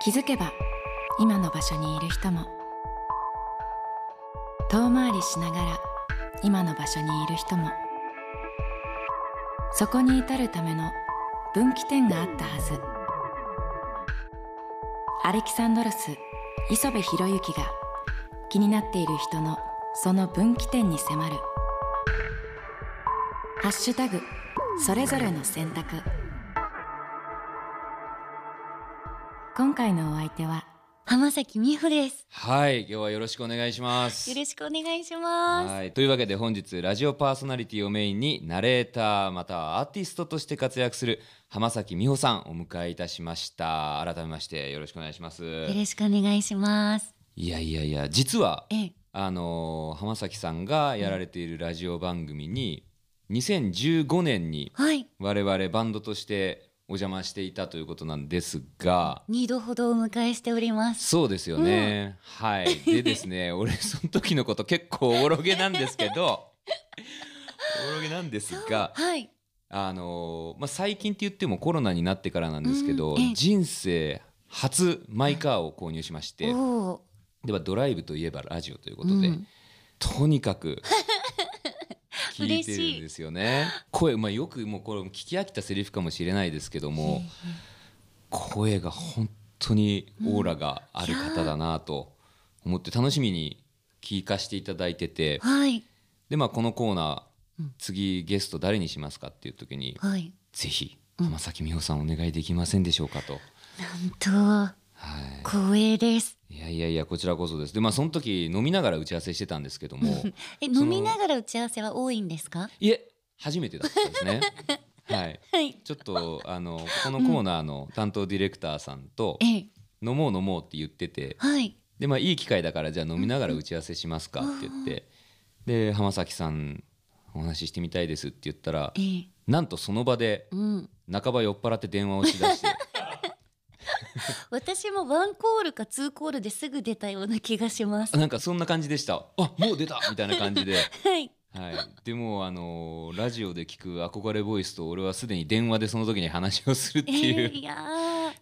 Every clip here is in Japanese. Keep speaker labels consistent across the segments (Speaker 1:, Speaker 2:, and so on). Speaker 1: 気づけば今の場所にいる人も遠回りしながら今の場所にいる人もそこに至るための分岐点があったはずアレキサンドロス磯部博之が気になっている人のその分岐点に迫る「ハッシュタグそれぞれの選択」今回のお相手は
Speaker 2: 浜崎美穂です
Speaker 3: はい、今日はよろしくお願いします。
Speaker 2: よろしくお願いします
Speaker 3: はい、というわけで本日ラジオパーソナリティをメインにナレーターまたはアーティストとして活躍する浜崎美穂さんをお迎えいたしました。改めましてよろしくお願いします。
Speaker 2: よろしくお願いします
Speaker 3: いやいやいや、実は
Speaker 2: ええ
Speaker 3: あのー浜崎さんがやられているラジオ番組に2015年に
Speaker 2: はい
Speaker 3: 我々バンドとしてお邪魔していたということなんですが。
Speaker 2: 二度ほどお迎えしております
Speaker 3: そうですよね、はいでです ね俺その時のこと結構おろげなんですけどおろげなんですが
Speaker 2: はい
Speaker 3: あのーまあ、最近って言ってもコロナになってからなんですけ
Speaker 2: う
Speaker 3: ど、
Speaker 2: んええ
Speaker 3: 人生初マイカーを購入しまして
Speaker 2: おお
Speaker 3: ではドライブといえばラジオということで、
Speaker 2: うん
Speaker 3: とにかく聞い
Speaker 2: 嬉
Speaker 3: て
Speaker 2: しい
Speaker 3: るんですよね声、まあ、よくもうこれ聞き飽きたセリフかもしれないですけども声が本当にオーラがある方だなと思って楽しみに聞かせていただいてて
Speaker 2: はい
Speaker 3: で、まあ、このコーナ
Speaker 2: う
Speaker 3: ー
Speaker 2: ん
Speaker 3: 次ゲスト誰にしますかっていう時に
Speaker 2: はい
Speaker 3: ぜひ
Speaker 2: うん
Speaker 3: 浜崎美穂さんお願いできませんでしょうかと。
Speaker 2: 本
Speaker 3: はい
Speaker 2: 当光栄です
Speaker 3: いやいやいやこちらこそです。でまあその時飲みながら打ち合わせしてたんですけど も
Speaker 2: え
Speaker 3: の
Speaker 2: 飲みながら打ち合わせは多いんですか
Speaker 3: いえ初めてだったんで すね。はい。
Speaker 2: はい
Speaker 3: ちょっとあのこのコーナーの担当ディレクターさんと
Speaker 2: ええ
Speaker 3: 飲もう飲もうって言ってて
Speaker 2: はい
Speaker 3: でまあいい機会だからじゃあ飲みながら打ち合わせしますかって言ってで浜崎さんお話ししてみたいですって言ったら
Speaker 2: ええ
Speaker 3: なんとその場で
Speaker 2: うん
Speaker 3: 半ば酔っ払って電話をしだして
Speaker 2: 私もワンコールかツーコールですぐ出たような気がし ます
Speaker 3: なんかそんな感じでしたあもう出たみたいな感じで。
Speaker 2: はい
Speaker 3: はい、でもあのラジオで聞く憧れボイスと俺はすでに電話でその時に話をするって
Speaker 2: え
Speaker 3: い
Speaker 2: え
Speaker 3: う、
Speaker 2: いや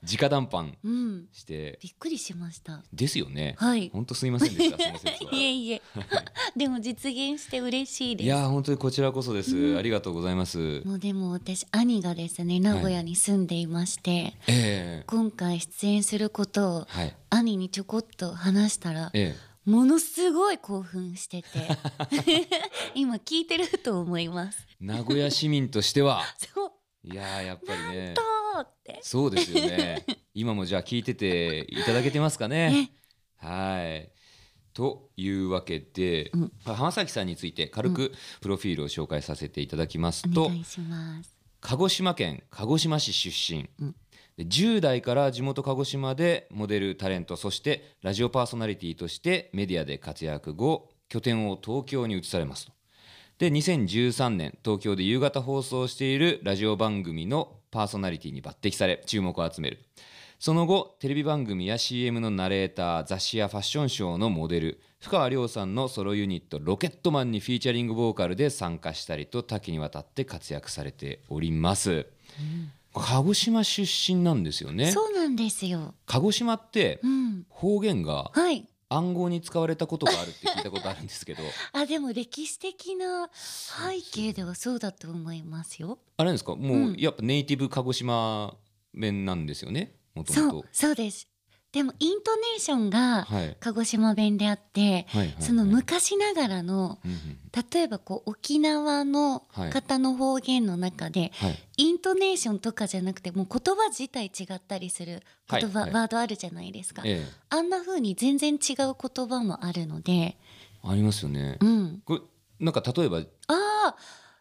Speaker 2: ー
Speaker 3: 直談判
Speaker 2: うん
Speaker 3: して
Speaker 2: びっくりしました
Speaker 3: ですよね、
Speaker 2: はい
Speaker 3: 本当すいませんでしたその説はい
Speaker 2: え いえでも実現して嬉しいです
Speaker 3: いやー本当にこちらこそです、
Speaker 2: うん
Speaker 3: ありがとうございます
Speaker 2: もうでも私兄がですね名古屋に住んでいまして、
Speaker 3: ええ
Speaker 2: 今回出演することを
Speaker 3: はい
Speaker 2: 兄にちょこっと話したら
Speaker 3: え
Speaker 2: ものすごい興奮して て今聞いてると思います
Speaker 3: え名古屋市民としては
Speaker 2: そう
Speaker 3: いやーやっぱりね
Speaker 2: とーって
Speaker 3: そうですよね今もじゃあ聞いてていただけてますかね
Speaker 2: ね
Speaker 3: はいというわけで、
Speaker 2: うん
Speaker 3: 浜崎さんについて軽くプロフィールを紹介させていただきます
Speaker 2: お
Speaker 3: と、
Speaker 2: 願いします
Speaker 3: 鹿児島県鹿児島市出身、
Speaker 2: うん
Speaker 3: で10代から地元鹿児島でモデルタレントそしてラジオパーソナリティとしてメディアで活躍後拠点を東京に移されますとで2013年東京で夕方放送しているラジオ番組のパーソナリティに抜擢され注目を集めるその後テレビ番組や CM のナレーター雑誌やファッションショーのモデル深川亮さんのソロユニットロケットマンにフィーチャリングボーカルで参加したりと多岐にわたって活躍されております、鹿児島出身なんですよね
Speaker 2: そうなんですよ
Speaker 3: 鹿児島って
Speaker 2: うん
Speaker 3: 方言が
Speaker 2: はい
Speaker 3: 暗号に使われたことがあるって聞いたことあるんですけど
Speaker 2: あでも歴史的な背景ではそうだと思いますよ
Speaker 3: あれなんですかも
Speaker 2: うん
Speaker 3: うやっぱネイティブ鹿児島弁なんですよねもとも
Speaker 2: そ
Speaker 3: と
Speaker 2: うそうですでもイントネーションが
Speaker 3: はいはい
Speaker 2: 鹿児島弁であって
Speaker 3: はいはい
Speaker 2: その昔ながらの
Speaker 3: うんうん
Speaker 2: 例えばこう沖縄の
Speaker 3: はい
Speaker 2: 方の方言の中で、
Speaker 3: はい
Speaker 2: イントネーションとかじゃなくてもう言葉自体違ったりする言葉、
Speaker 3: はいはい
Speaker 2: ワードあるじゃないですか、
Speaker 3: ええ
Speaker 2: あんな風に全然違う言葉もあるので
Speaker 3: ありますよね
Speaker 2: うん
Speaker 3: これなんか例えば
Speaker 2: ああ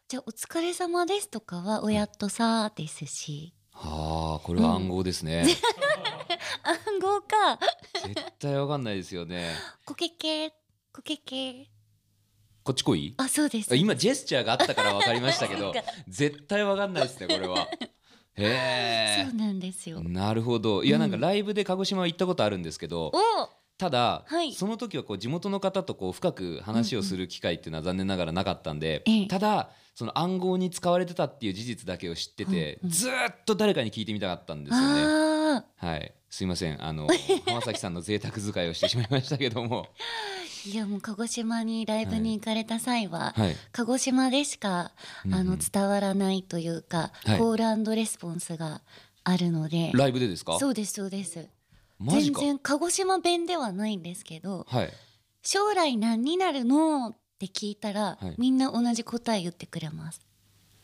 Speaker 2: じゃあ「お疲れ様です」とかは「おやっとさ」です し
Speaker 3: ああこれは暗号ですね、
Speaker 2: 暗号か
Speaker 3: 絶対わかんないですよね
Speaker 2: 「こけけ」「こけけ
Speaker 3: こっち 来い」
Speaker 2: あそうです
Speaker 3: あ今ジェスチャーがあったからわかりましたけ
Speaker 2: そ
Speaker 3: ど
Speaker 2: うか
Speaker 3: 絶対わかんないですねこれは
Speaker 2: そ
Speaker 3: へ
Speaker 2: うなんです
Speaker 3: え
Speaker 2: よ
Speaker 3: なるほどいや
Speaker 2: うん
Speaker 3: なんかライブで鹿児島は行ったことあるんですけど、
Speaker 2: お
Speaker 3: ただ、
Speaker 2: はい
Speaker 3: その時はこう地元の方とこう深く話をする機会っていうのは残念ながらなかったんで、
Speaker 2: ええ
Speaker 3: ただその暗号に使われてたっていう事実だけを知ってて、
Speaker 2: うんうん
Speaker 3: ずーっと誰かに聞いてみたかったんですよね
Speaker 2: あ当
Speaker 3: はい、すいませんあの浜崎さんの贅沢使いをしてしまいましたけど も、
Speaker 2: いやもう鹿児島にライブに行かれた際は、
Speaker 3: はい、
Speaker 2: 鹿児島でしか、あ
Speaker 3: うんう
Speaker 2: の
Speaker 3: ん
Speaker 2: 伝わらないというか、
Speaker 3: はい
Speaker 2: コールレスポンスがあるので
Speaker 3: ライブでですか
Speaker 2: そうですそうです
Speaker 3: マジ
Speaker 2: 全
Speaker 3: か
Speaker 2: 然鹿児島弁ではないんですけど
Speaker 3: はい
Speaker 2: 「将来何になるの?」って聞いたら、
Speaker 3: はい
Speaker 2: みんな同じ答え言ってくれます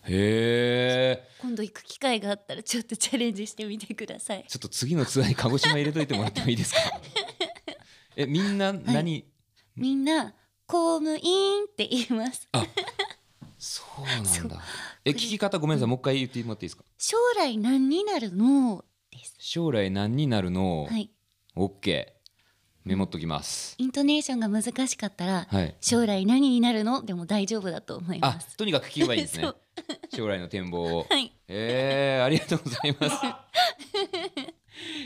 Speaker 3: へえ
Speaker 2: 今度行く機会があったらちょっとチャレンジしてみてください
Speaker 3: ちょっと次のツアーに鹿児島入れといてもらってもいい ですかえみんな何、
Speaker 2: みんな公務員って言います
Speaker 3: そうな
Speaker 2: そ
Speaker 3: ん
Speaker 2: う
Speaker 3: だえ聞き方ごめんなさいもう一回言ってもらっていいですか
Speaker 2: 将来何になるのです
Speaker 3: 将来何になるの、
Speaker 2: はい
Speaker 3: オッケーメモっときます
Speaker 2: イントネーションが難しかったら、
Speaker 3: はい
Speaker 2: 将来何になるのでも大丈夫だと思い
Speaker 3: あ
Speaker 2: ます
Speaker 3: とにかく聞けばいいんですね
Speaker 2: そう
Speaker 3: 将来の展望を
Speaker 2: はい
Speaker 3: えー、ありがとうございます。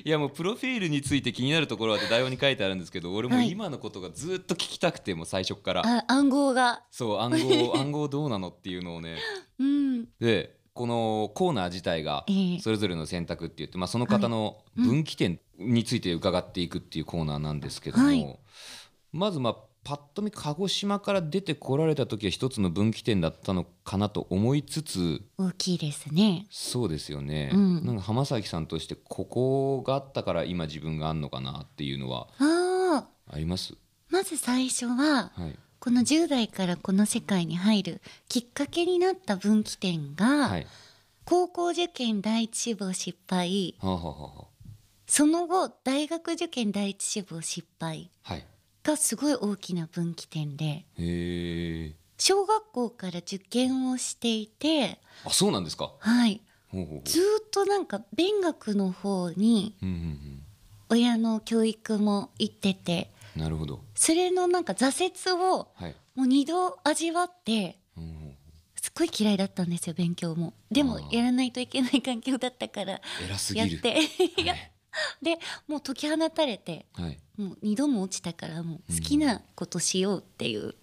Speaker 3: いやもうプロフィールについて気になるところはって台本に書いてあるんですけど俺も
Speaker 2: はい
Speaker 3: 今のことがずっと聞きたくてもう最初っから
Speaker 2: あ暗号が
Speaker 3: そう暗号暗号どうなのっていうのをね
Speaker 2: うん
Speaker 3: でこのコーナー自体が
Speaker 2: ええ
Speaker 3: それぞれの選択って言って、まあ、その方の
Speaker 2: うん
Speaker 3: 分岐点について伺っていくっていうコーナーなんですけども、
Speaker 2: はい
Speaker 3: まずまあパッと見鹿児島から出てこられた時は一つの分岐点だったのかなと思いつつ
Speaker 2: 大きいですね
Speaker 3: そうですよね、
Speaker 2: うん
Speaker 3: なんか浜崎さんとしてここがあったから今自分があんのかなっていうのは
Speaker 2: あー
Speaker 3: あります
Speaker 2: まず最初は
Speaker 3: はい、
Speaker 2: この10代からこの世界に入るきっかけになった分岐点が、
Speaker 3: はい、
Speaker 2: 高校受験第一志望失敗
Speaker 3: はあ、はあはあは
Speaker 2: その後大学受験第一志望失敗
Speaker 3: あ、はい
Speaker 2: がすごい大きな分岐点で
Speaker 3: へえ
Speaker 2: 小学校から受験をしていて
Speaker 3: あそうなんですか
Speaker 2: はい
Speaker 3: ほうほうほ
Speaker 2: ずーっとなんか勉学の方に
Speaker 3: ううんうん
Speaker 2: 親の教育も行ってて
Speaker 3: うんなるほど
Speaker 2: それのなんか挫折を
Speaker 3: はい、
Speaker 2: もう二度味わって
Speaker 3: うんうん、
Speaker 2: すっごい嫌いだったんですよ勉強もで
Speaker 3: あ
Speaker 2: も
Speaker 3: ー
Speaker 2: やらないといけない環境だったから
Speaker 3: 偉すぎ
Speaker 2: やっ
Speaker 3: る
Speaker 2: て いやでもう解き放たれて
Speaker 3: はい、
Speaker 2: もう二度も落ちたからもう好きなことしようっていう、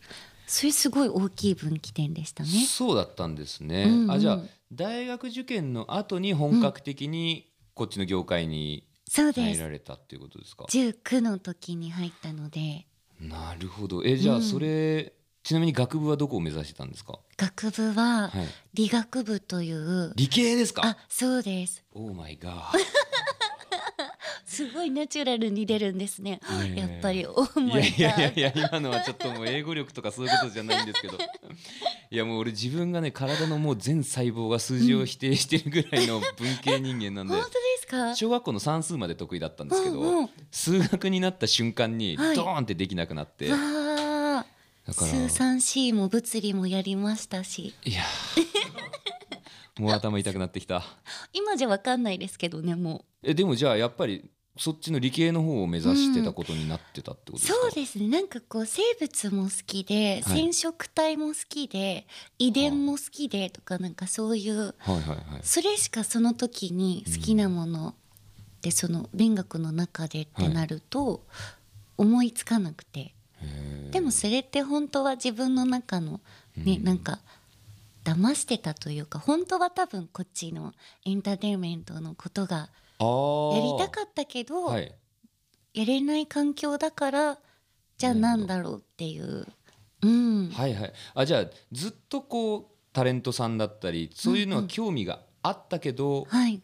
Speaker 2: それすごい大きい分岐点でしたね。
Speaker 3: そうだったんですね、
Speaker 2: うんうん
Speaker 3: あじゃあ大学受験の後に本格的にこっちの業界に
Speaker 2: そうで
Speaker 3: 入
Speaker 2: す
Speaker 3: られたっていうことですか、
Speaker 2: 19の時に入ったので
Speaker 3: なるほどえじゃ
Speaker 2: う
Speaker 3: あ
Speaker 2: ん
Speaker 3: それ、ちなみに学部はどこを目指してたんですか
Speaker 2: 学部は
Speaker 3: はい
Speaker 2: 理学部という、
Speaker 3: 理系ですか
Speaker 2: あそうです
Speaker 3: オーマ イガー
Speaker 2: すごいナチュラルに出るんですね
Speaker 3: いやいやいや
Speaker 2: やっぱり思
Speaker 3: い
Speaker 2: い
Speaker 3: やい
Speaker 2: が
Speaker 3: やいやいや今のはちょっともう英語力とかそういうことじゃないんです けどいやもう俺自分がね体のもう全細胞が数字を否定してるぐらいの文系人間なんで
Speaker 2: 本当ですか
Speaker 3: 小学校の算数まで得意だったんですけど、
Speaker 2: うんうん
Speaker 3: 数学になった瞬間にド
Speaker 2: はい
Speaker 3: ーンってできなくなって、
Speaker 2: わあ
Speaker 3: だから
Speaker 2: 数三 C も物理もやりましたし
Speaker 3: いやーもう頭痛くなってきた
Speaker 2: 今じゃわかんないですけどねも
Speaker 3: えでもじゃあやっぱりそっちの理系の方を目指してたことになってたってこ
Speaker 2: う
Speaker 3: とですか、
Speaker 2: そうですねなんかこう生物も好きで、
Speaker 3: はい
Speaker 2: 染色体も好きで遺伝も好きでとかなんかそういう
Speaker 3: はいはいはい
Speaker 2: それしかその時に好きなものでその勉学の中でってなると思いつかなくて。
Speaker 3: へー
Speaker 2: でもそれって本当は自分の中のね、
Speaker 3: うん
Speaker 2: なんか騙してたというか本当は多分こっちのエンターテインメントのことが
Speaker 3: あー
Speaker 2: やりたかったけど、
Speaker 3: はい
Speaker 2: やれない環境だからじゃあな
Speaker 3: なるほ
Speaker 2: ん
Speaker 3: ど
Speaker 2: だろうっていう、うん、
Speaker 3: はいはいあじゃあずっとこうタレントさんだったりそういうのは興味があったけど、
Speaker 2: はい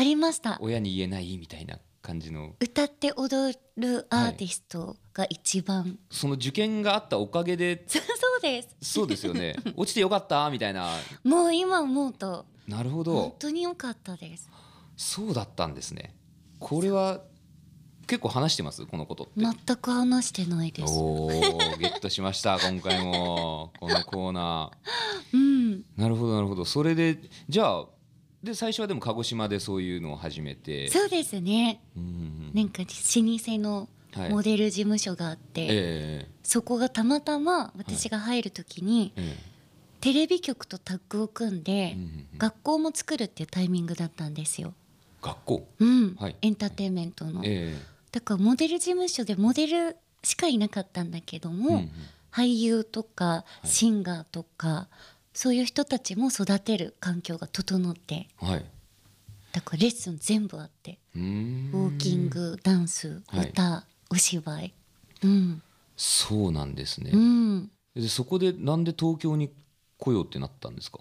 Speaker 2: ありました
Speaker 3: 親に言えないみたいな感じの
Speaker 2: 歌って踊るアーティストが一番、
Speaker 3: その受験があったおかげで
Speaker 2: そうそうです
Speaker 3: そうです よね落ちてよかったみたいな
Speaker 2: もう今思うと
Speaker 3: なるほ
Speaker 2: 本
Speaker 3: ど
Speaker 2: 当に良かったです
Speaker 3: そうだったんですねこれは結構話してますこのことって、
Speaker 2: 全く話してないです
Speaker 3: おーゲットしました今回もこのコーナ
Speaker 2: うん
Speaker 3: ーなるほどなるほどそれでじゃあで最初はでも鹿児島でそういうのを始めて
Speaker 2: そうですね
Speaker 3: うんうんうん
Speaker 2: なんか老舗の
Speaker 3: はい
Speaker 2: モデル事務所があって、
Speaker 3: え
Speaker 2: そこがたまたま私が入る時に
Speaker 3: えええ
Speaker 2: テレビ局とタッグを組んで
Speaker 3: うんうんうん
Speaker 2: 学校も作るっていうタイミングだったんですよ。
Speaker 3: 学校
Speaker 2: うん
Speaker 3: はい
Speaker 2: エンターテインメントの、
Speaker 3: え
Speaker 2: だからモデル事務所でモデルしかいなかったんだけど
Speaker 3: え
Speaker 2: も、
Speaker 3: うんうん
Speaker 2: 俳優とか
Speaker 3: い
Speaker 2: シンガーとか、そういう人たちも育てる環境が整って
Speaker 3: はい
Speaker 2: だからレッスン全部あって
Speaker 3: うーん
Speaker 2: ウォーキングダンス
Speaker 3: はい
Speaker 2: 歌、お芝居うん
Speaker 3: そうなんですね
Speaker 2: う、ん
Speaker 3: でそこでなんで東京に来ようってなったんですか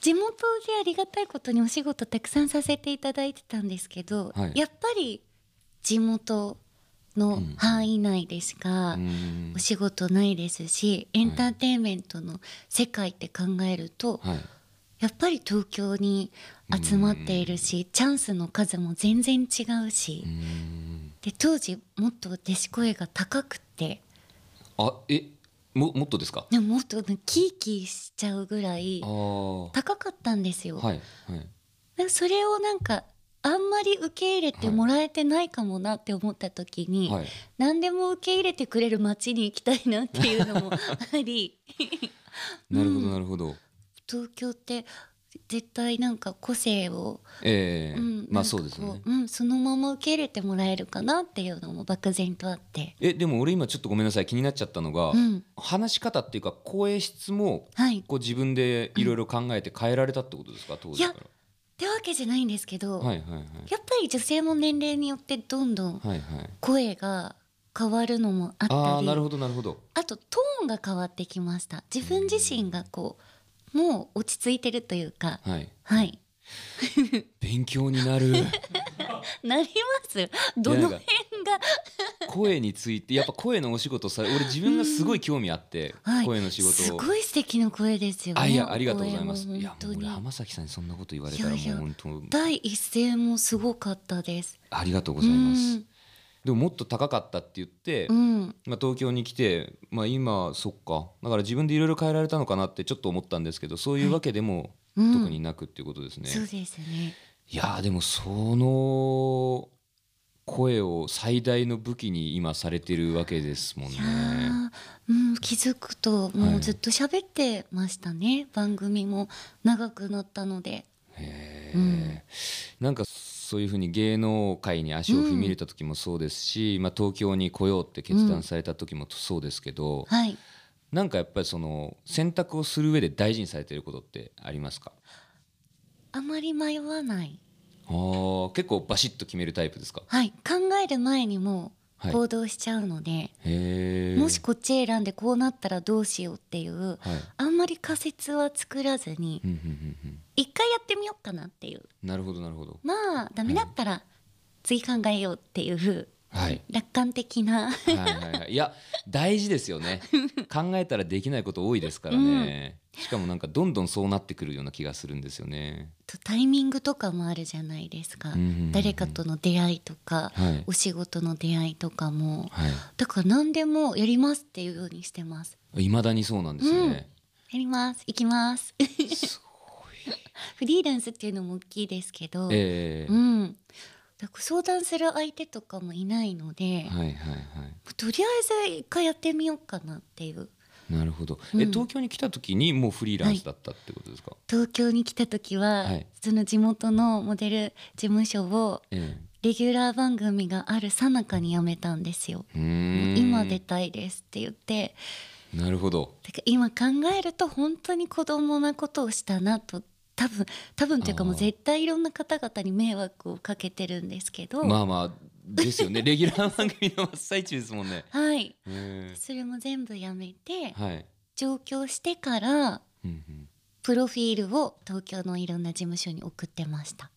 Speaker 2: 地元でありがたいことにお仕事たくさんさせていただいてたんですけど、
Speaker 3: はい
Speaker 2: やっぱり地元の範囲内でしか
Speaker 3: うーん
Speaker 2: お仕事ないですし、エンターテインメントの世界って考えると、
Speaker 3: はい
Speaker 2: やっぱり東京に集まっているし、チャンスの数も全然違うし、
Speaker 3: うーん
Speaker 2: で当時もっと弟子声が高くて
Speaker 3: あえももっとですか
Speaker 2: でももっとキーキーしちゃうぐらい
Speaker 3: ああは
Speaker 2: 高かったんですよ。
Speaker 3: いはい
Speaker 2: でそれをなんかあんまり受け入れてもらえてないかもなって思った時に、
Speaker 3: はい
Speaker 2: 何でも受け入れてくれる街に行きたいなっていう のもあり
Speaker 3: なるほどなるほど、
Speaker 2: 東京って絶対なんか個性を、
Speaker 3: ええ
Speaker 2: うん
Speaker 3: まあそうですよ
Speaker 2: なん
Speaker 3: ね
Speaker 2: かこううん、そのまま受け入れてもらえるかなっていうのも漠然とあって、
Speaker 3: えでも俺今ちょっとごめんなさい気になっちゃったのが、
Speaker 2: うん、
Speaker 3: 話し方っていうか声質も
Speaker 2: はい
Speaker 3: こう自分でいろいろ考えて変えられたってことですか当時か
Speaker 2: ってわけじゃないんですけど、
Speaker 3: らはいはいはい
Speaker 2: やっぱり女性も年齢によってどんどん
Speaker 3: はいはい
Speaker 2: 声が変わるのもあったり
Speaker 3: ああなるほどなるほど
Speaker 2: あとトーンが変わってきました自分自身がこうもう落ち着いてるというか
Speaker 3: はい
Speaker 2: はい
Speaker 3: 勉強に なる
Speaker 2: なりますどの辺が
Speaker 3: 声についてやっぱ声のお仕事さ俺自分がすごい興味あって、
Speaker 2: はい
Speaker 3: 声の仕
Speaker 2: す
Speaker 3: 事を
Speaker 2: ごい素敵な声ですよね
Speaker 3: あいやありがとうございます
Speaker 2: お声
Speaker 3: い
Speaker 2: も
Speaker 3: や
Speaker 2: 本当
Speaker 3: もう
Speaker 2: に
Speaker 3: 俺浜崎さんにそんなこと言われたらもう
Speaker 2: いやいや
Speaker 3: 本当
Speaker 2: 第一声もすごかったです
Speaker 3: ありがとうございます
Speaker 2: うん
Speaker 3: でももっと高かったって言って、
Speaker 2: うん
Speaker 3: まあ、東京に来て、まあ、今そっかだから自分でいろいろ変えられたのかなってちょっと思ったんですけどそういうわけでも
Speaker 2: うん
Speaker 3: 特になくっていうことですね。
Speaker 2: そうですね
Speaker 3: いやーでもその声を最大の武器に今されてるわけですも
Speaker 2: い
Speaker 3: んね
Speaker 2: や。ーうん、気づくともうずっと喋ってましたね、番組も長くなったので
Speaker 3: へー
Speaker 2: うん
Speaker 3: なんかそういうふうに芸能界に足を踏み入れた時もそうですし、まあ、東京に来ようって決断された時もそうですけど、
Speaker 2: はい
Speaker 3: なんかやっぱりその選択をする上で大事にされてることってありますか
Speaker 2: あまり迷わない
Speaker 3: あー結構バシッと決めるタイプですか
Speaker 2: はい、考える前にもう行動しちゃうので、
Speaker 3: へえ
Speaker 2: もしこっち選んでこうなったらどうしようっていう
Speaker 3: はい
Speaker 2: あんまり仮説は作らずに
Speaker 3: うんうんうんうん
Speaker 2: 一回やってみようかなっていう
Speaker 3: なるほどなるほど
Speaker 2: まあダメだったら次考えようっていう
Speaker 3: はい
Speaker 2: 楽観的な
Speaker 3: はいはいはいいや大事ですよね考えたらできないこと多いですからね、しかもなんかどんどんそうなってくるような気がするんですよね
Speaker 2: とタイミングとかもあるじゃないですか、
Speaker 3: うんうんうん
Speaker 2: 誰かとの出会いとか、
Speaker 3: はい
Speaker 2: お仕事の出会いとかも
Speaker 3: はい
Speaker 2: だから何でもやりますっていうようにしてます
Speaker 3: 未だにそうなんですね、
Speaker 2: やります行きます
Speaker 3: す
Speaker 2: フリーランスっていうのも大きいですけど、
Speaker 3: ごいええ
Speaker 2: うん、だから相談する相手とかもいないので、
Speaker 3: はいはいは
Speaker 2: とりあえず一回やってみようかなっていう
Speaker 3: いなるほど、
Speaker 2: うん
Speaker 3: え東京に来た時にもうフリーランスだったってことですか、
Speaker 2: 東京に来た時は、
Speaker 3: はい
Speaker 2: その地元のモデル事務所を
Speaker 3: え
Speaker 2: レギュラー番組がある最中に辞めたんですよ。
Speaker 3: えうーん
Speaker 2: 今出たいですって言って
Speaker 3: なるほど
Speaker 2: だから今考えると本当に子供なことをしたなと多分多分というかもう
Speaker 3: あー
Speaker 2: 絶対いろんな方々に迷惑をかけてるんですけど、
Speaker 3: まあまあで すよねレギュラー番組の真っ最中ですもんね。
Speaker 2: はい
Speaker 3: へ
Speaker 2: それも全部やめて
Speaker 3: ーはい、
Speaker 2: 上京してから
Speaker 3: うん
Speaker 2: プロフィールを東京のいろんな事務所に送ってました。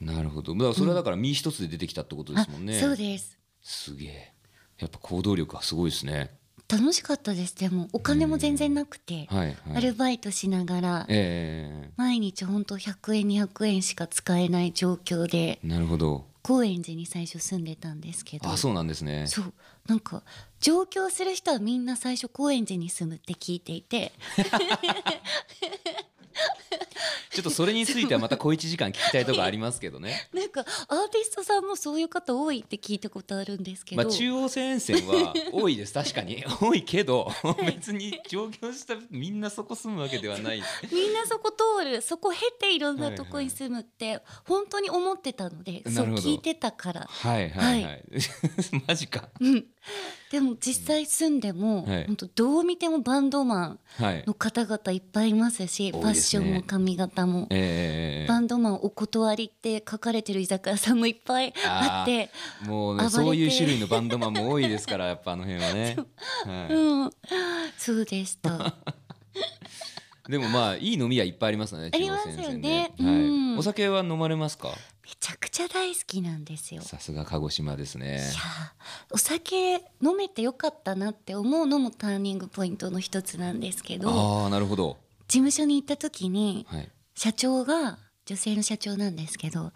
Speaker 3: うん、なるほどだからそれはだから身一つで出てきたってことですもんね。
Speaker 2: あそうです。
Speaker 3: すげえやっぱ行動力はすごいですね。
Speaker 2: 楽しかったです。でもお金も全然なくて、
Speaker 3: はい
Speaker 2: ア
Speaker 3: は
Speaker 2: ル
Speaker 3: い、
Speaker 2: バイトしながら
Speaker 3: え
Speaker 2: 毎日本当100円200円しか使えない状況で
Speaker 3: えなるほど
Speaker 2: 高円寺に最初住んでたんですけど、
Speaker 3: あそうなんですね。
Speaker 2: そうなんか上京する人はみんな最初高円寺に住むって聞いていて、
Speaker 3: ちょっとそれについてはまた小一時間聞きたいとこありますけどね。
Speaker 2: なんかアーティストさんもそういう方多いって聞いたことあるんですけど、
Speaker 3: まあ、中央線沿線は多いです確か に多いけど別に上京したみんなそこ住むわけではない
Speaker 2: みんなそこ通るそこ経ていろんなとこに住むって本当に思ってたので、
Speaker 3: なる
Speaker 2: そう
Speaker 3: ほ ど
Speaker 2: 聞いてたから
Speaker 3: はいはいはい、
Speaker 2: は
Speaker 3: マジか
Speaker 2: でも実際住んでも、
Speaker 3: はい
Speaker 2: 本当どう見てもバンドマン
Speaker 3: はい
Speaker 2: の方々いっぱいいますし、
Speaker 3: 多い
Speaker 2: ファ
Speaker 3: ですね
Speaker 2: ッションも髪型も、
Speaker 3: ええ
Speaker 2: バンドマンお断りって書かれてる居酒屋さんもいっぱいあって
Speaker 3: もう
Speaker 2: 暴
Speaker 3: ね
Speaker 2: れて
Speaker 3: そういう種類のバンドマンも多いですからやっぱあの辺 はね、は
Speaker 2: うんそうでした
Speaker 3: い、でもまあいい飲み屋いっぱいありますよね
Speaker 2: あります
Speaker 3: 中
Speaker 2: よ
Speaker 3: 央線
Speaker 2: ね
Speaker 3: 線はい
Speaker 2: うん
Speaker 3: お酒は飲まれますか
Speaker 2: めちゃくちゃ大好きなんですよ
Speaker 3: さすが鹿児島です
Speaker 2: い
Speaker 3: ね
Speaker 2: やーお酒飲めてよかったなって思うのもターニングポイントの一つなんですけど事
Speaker 3: ああなるほど
Speaker 2: 務所に行った時に
Speaker 3: はい
Speaker 2: 社長が女性の社長なんですけど
Speaker 3: はい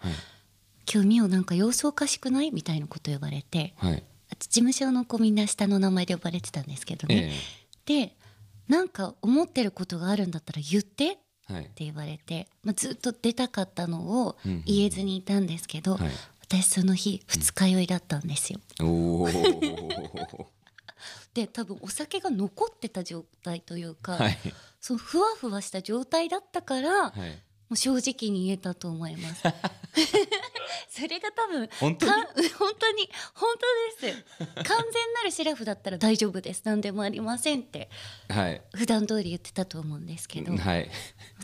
Speaker 2: 「今日みおなんか様子おかしくない?」みたいなこと呼ばれて
Speaker 3: はい
Speaker 2: あと事務所の子みんな下の名前で呼ばれてたんですけどね、
Speaker 3: え
Speaker 2: でなんか思ってることがあるんだったら言ってっ
Speaker 3: えはい
Speaker 2: て言われて、まあ、ずっと出たかったのを
Speaker 3: うんうん
Speaker 2: 言えずにいたんですけど、
Speaker 3: はい
Speaker 2: 私その日二日酔いだったんですよ。
Speaker 3: おお
Speaker 2: で多分お酒が残ってた状態というか、
Speaker 3: はい
Speaker 2: そのふわふわした状態だったから、も
Speaker 3: はい。
Speaker 2: う正直に言えたと思い ます。それが多分
Speaker 3: 本当に
Speaker 2: かん本当に本当です完全なるシラフだったら大丈夫です何でもありませんって
Speaker 3: はい
Speaker 2: 普段通り言ってたと思うんですけど
Speaker 3: はい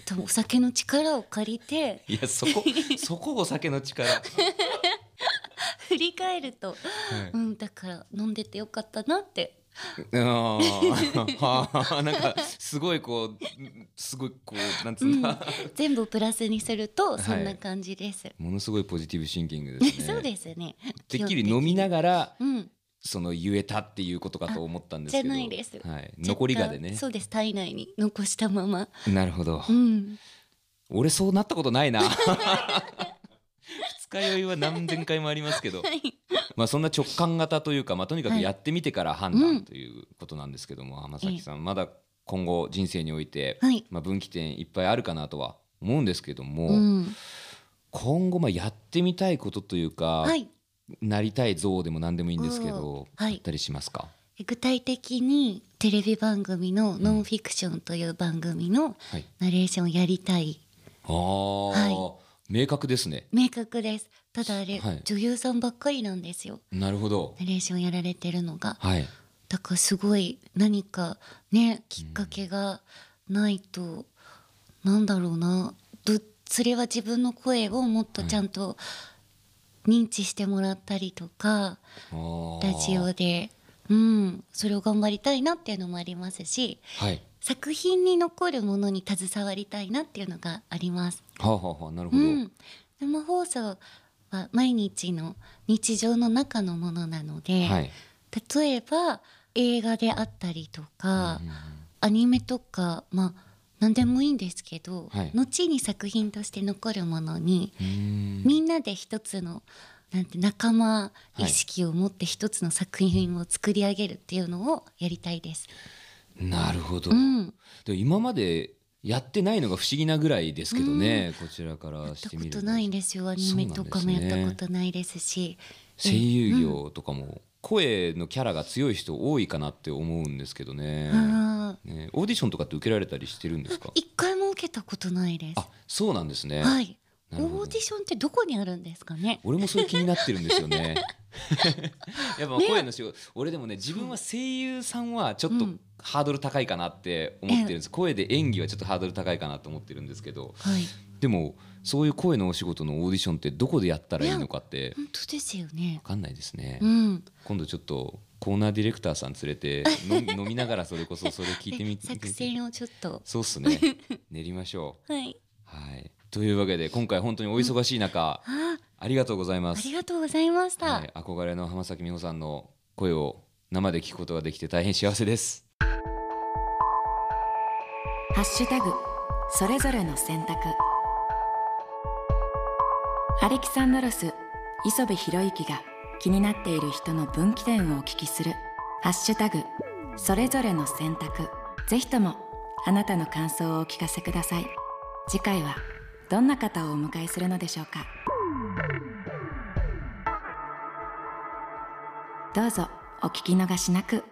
Speaker 2: 多分お酒の力を借りて
Speaker 3: いやそ こそこお酒の力は
Speaker 2: 振り返ると、
Speaker 3: い
Speaker 2: うんだから飲んでてよかったなって
Speaker 3: あーはあなんかすごいこうんすごいこうなんつうんだ、
Speaker 2: 全部プラスにすると
Speaker 3: い
Speaker 2: そんな感じです。
Speaker 3: ものすごいポジティブシンキングですね
Speaker 2: そうですね。
Speaker 3: てっきり飲みな
Speaker 2: が
Speaker 3: がら
Speaker 2: うん、
Speaker 3: その言えたっていうことかと思ったんですけ
Speaker 2: あじ
Speaker 3: ど
Speaker 2: ゃないです
Speaker 3: はい、残りがでね
Speaker 2: そうです体内に残したまま、
Speaker 3: なるほど、
Speaker 2: うん、
Speaker 3: 俺そうなったことな いな二日酔いは何千回もありますけど
Speaker 2: はい
Speaker 3: まあそんな直感型というか、まあ、とにかく
Speaker 2: はい
Speaker 3: やってみてから判断ということなんですけども、浜崎さんまだ今後人生において、
Speaker 2: はい
Speaker 3: まあ、分岐点いっぱいあるかなとは思うんですけども、
Speaker 2: うん、
Speaker 3: 今後まあやってみたいことというか、
Speaker 2: はい
Speaker 3: なりたい像でも何でもいいんですけ
Speaker 2: お
Speaker 3: ど、
Speaker 2: ーはい
Speaker 3: あったりしますか、
Speaker 2: 具体的にテレビ番組の「ノンフィクション」という番組の
Speaker 3: はい、
Speaker 2: ナレーションをやりたい
Speaker 3: ああ、
Speaker 2: は
Speaker 3: 明確ですね
Speaker 2: 明確ですただあれ、
Speaker 3: はい
Speaker 2: 女優さんばっかりなんですよ
Speaker 3: なるほど、
Speaker 2: ナレーションやられてるのが
Speaker 3: はい、
Speaker 2: だからすごい何かねきっかけがないと、なんだろうなどそれは自分の声をもっとちゃんと認知してもらったりとか、
Speaker 3: あー
Speaker 2: ラジオで、うん、それを頑張りたいなっていうのもありますし
Speaker 3: はい
Speaker 2: 作品に残るものに携わりたいなっていうのがあります。
Speaker 3: はあ、はあはあ、なるほ
Speaker 2: う
Speaker 3: ど、
Speaker 2: ん、生放送は毎日の日常の中のものなので、
Speaker 3: はい、
Speaker 2: 例えば映画であったりとか、
Speaker 3: うん
Speaker 2: アニメとかまあ何でもいいんですけど、
Speaker 3: はい
Speaker 2: 後に作品として残るものに、
Speaker 3: うん
Speaker 2: みんなで一つのなんて仲間意識を持って一つの作品を作り上げるっていうのをやりたいです。
Speaker 3: なるほど、
Speaker 2: うん、
Speaker 3: でも今までやってないのが不思議なぐらいですけどね、こちらか
Speaker 2: や
Speaker 3: ら
Speaker 2: っ
Speaker 3: したて
Speaker 2: こ
Speaker 3: みる
Speaker 2: とないんですよアニメとかも
Speaker 3: そう
Speaker 2: や
Speaker 3: なん
Speaker 2: っ
Speaker 3: ですね
Speaker 2: たことないですし
Speaker 3: 声優業とかも声のキャラが強い人多いかなって思うんですけどね,、
Speaker 2: あー
Speaker 3: ねオーディションとかって受けられたりしてるんですか
Speaker 2: 一回も受けたことないです。
Speaker 3: あそうなんですね、
Speaker 2: はい
Speaker 3: なるほど
Speaker 2: オーディションってどこにあるんですかね
Speaker 3: 俺もそれ気になってるんです よねやっぱ声の仕事、俺でもね自分は声優さんはちょっと
Speaker 2: うん
Speaker 3: ハードル高いかなって思ってるんです、声で演技はちょっとハードル高いかなと思ってるんですけど
Speaker 2: はい
Speaker 3: でもそういう声のお仕事のオーディションってどこでやったらいいのかって
Speaker 2: 本当ですよね
Speaker 3: 分かんないですね、
Speaker 2: うん
Speaker 3: 今度ちょっとコーナーディレクターさん連れて 飲飲みながらそれこそそれ聞いてみて
Speaker 2: 作戦をちょっと
Speaker 3: そうっ すね練りましょ
Speaker 2: はい。
Speaker 3: うはいというわけで今回本当にお忙しい中、
Speaker 2: あ、
Speaker 3: ありがとうございま
Speaker 2: あ
Speaker 3: す
Speaker 2: りがとうございました。
Speaker 3: はい、憧れの浜崎美穂さんの声を生で聞くことができて大変幸せです
Speaker 1: ハッシュタグそれぞれの選択アレキサンドロス磯部博之が気になっている人の分岐点をお聞きする「ハッシュタグそれぞれの選択」ぜひともあなたの感想をお聞かせください次回はどんな方をお迎えするのでしょうかどうぞお聞き逃しなく。